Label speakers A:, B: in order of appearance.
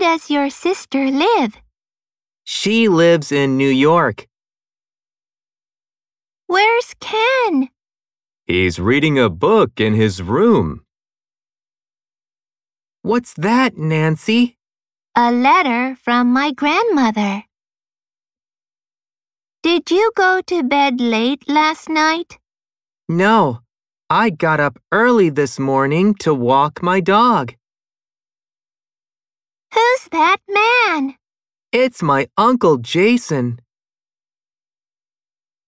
A: does your sister live?
B: She lives in New York.
A: Where's Ken?
B: He's reading a book in his room. What's that, Nancy?
A: A letter from my grandmother. Did you go to bed late last night?
B: No, I got up early this morning to walk my dog.
A: Who's that man?
B: It's my Uncle Jason.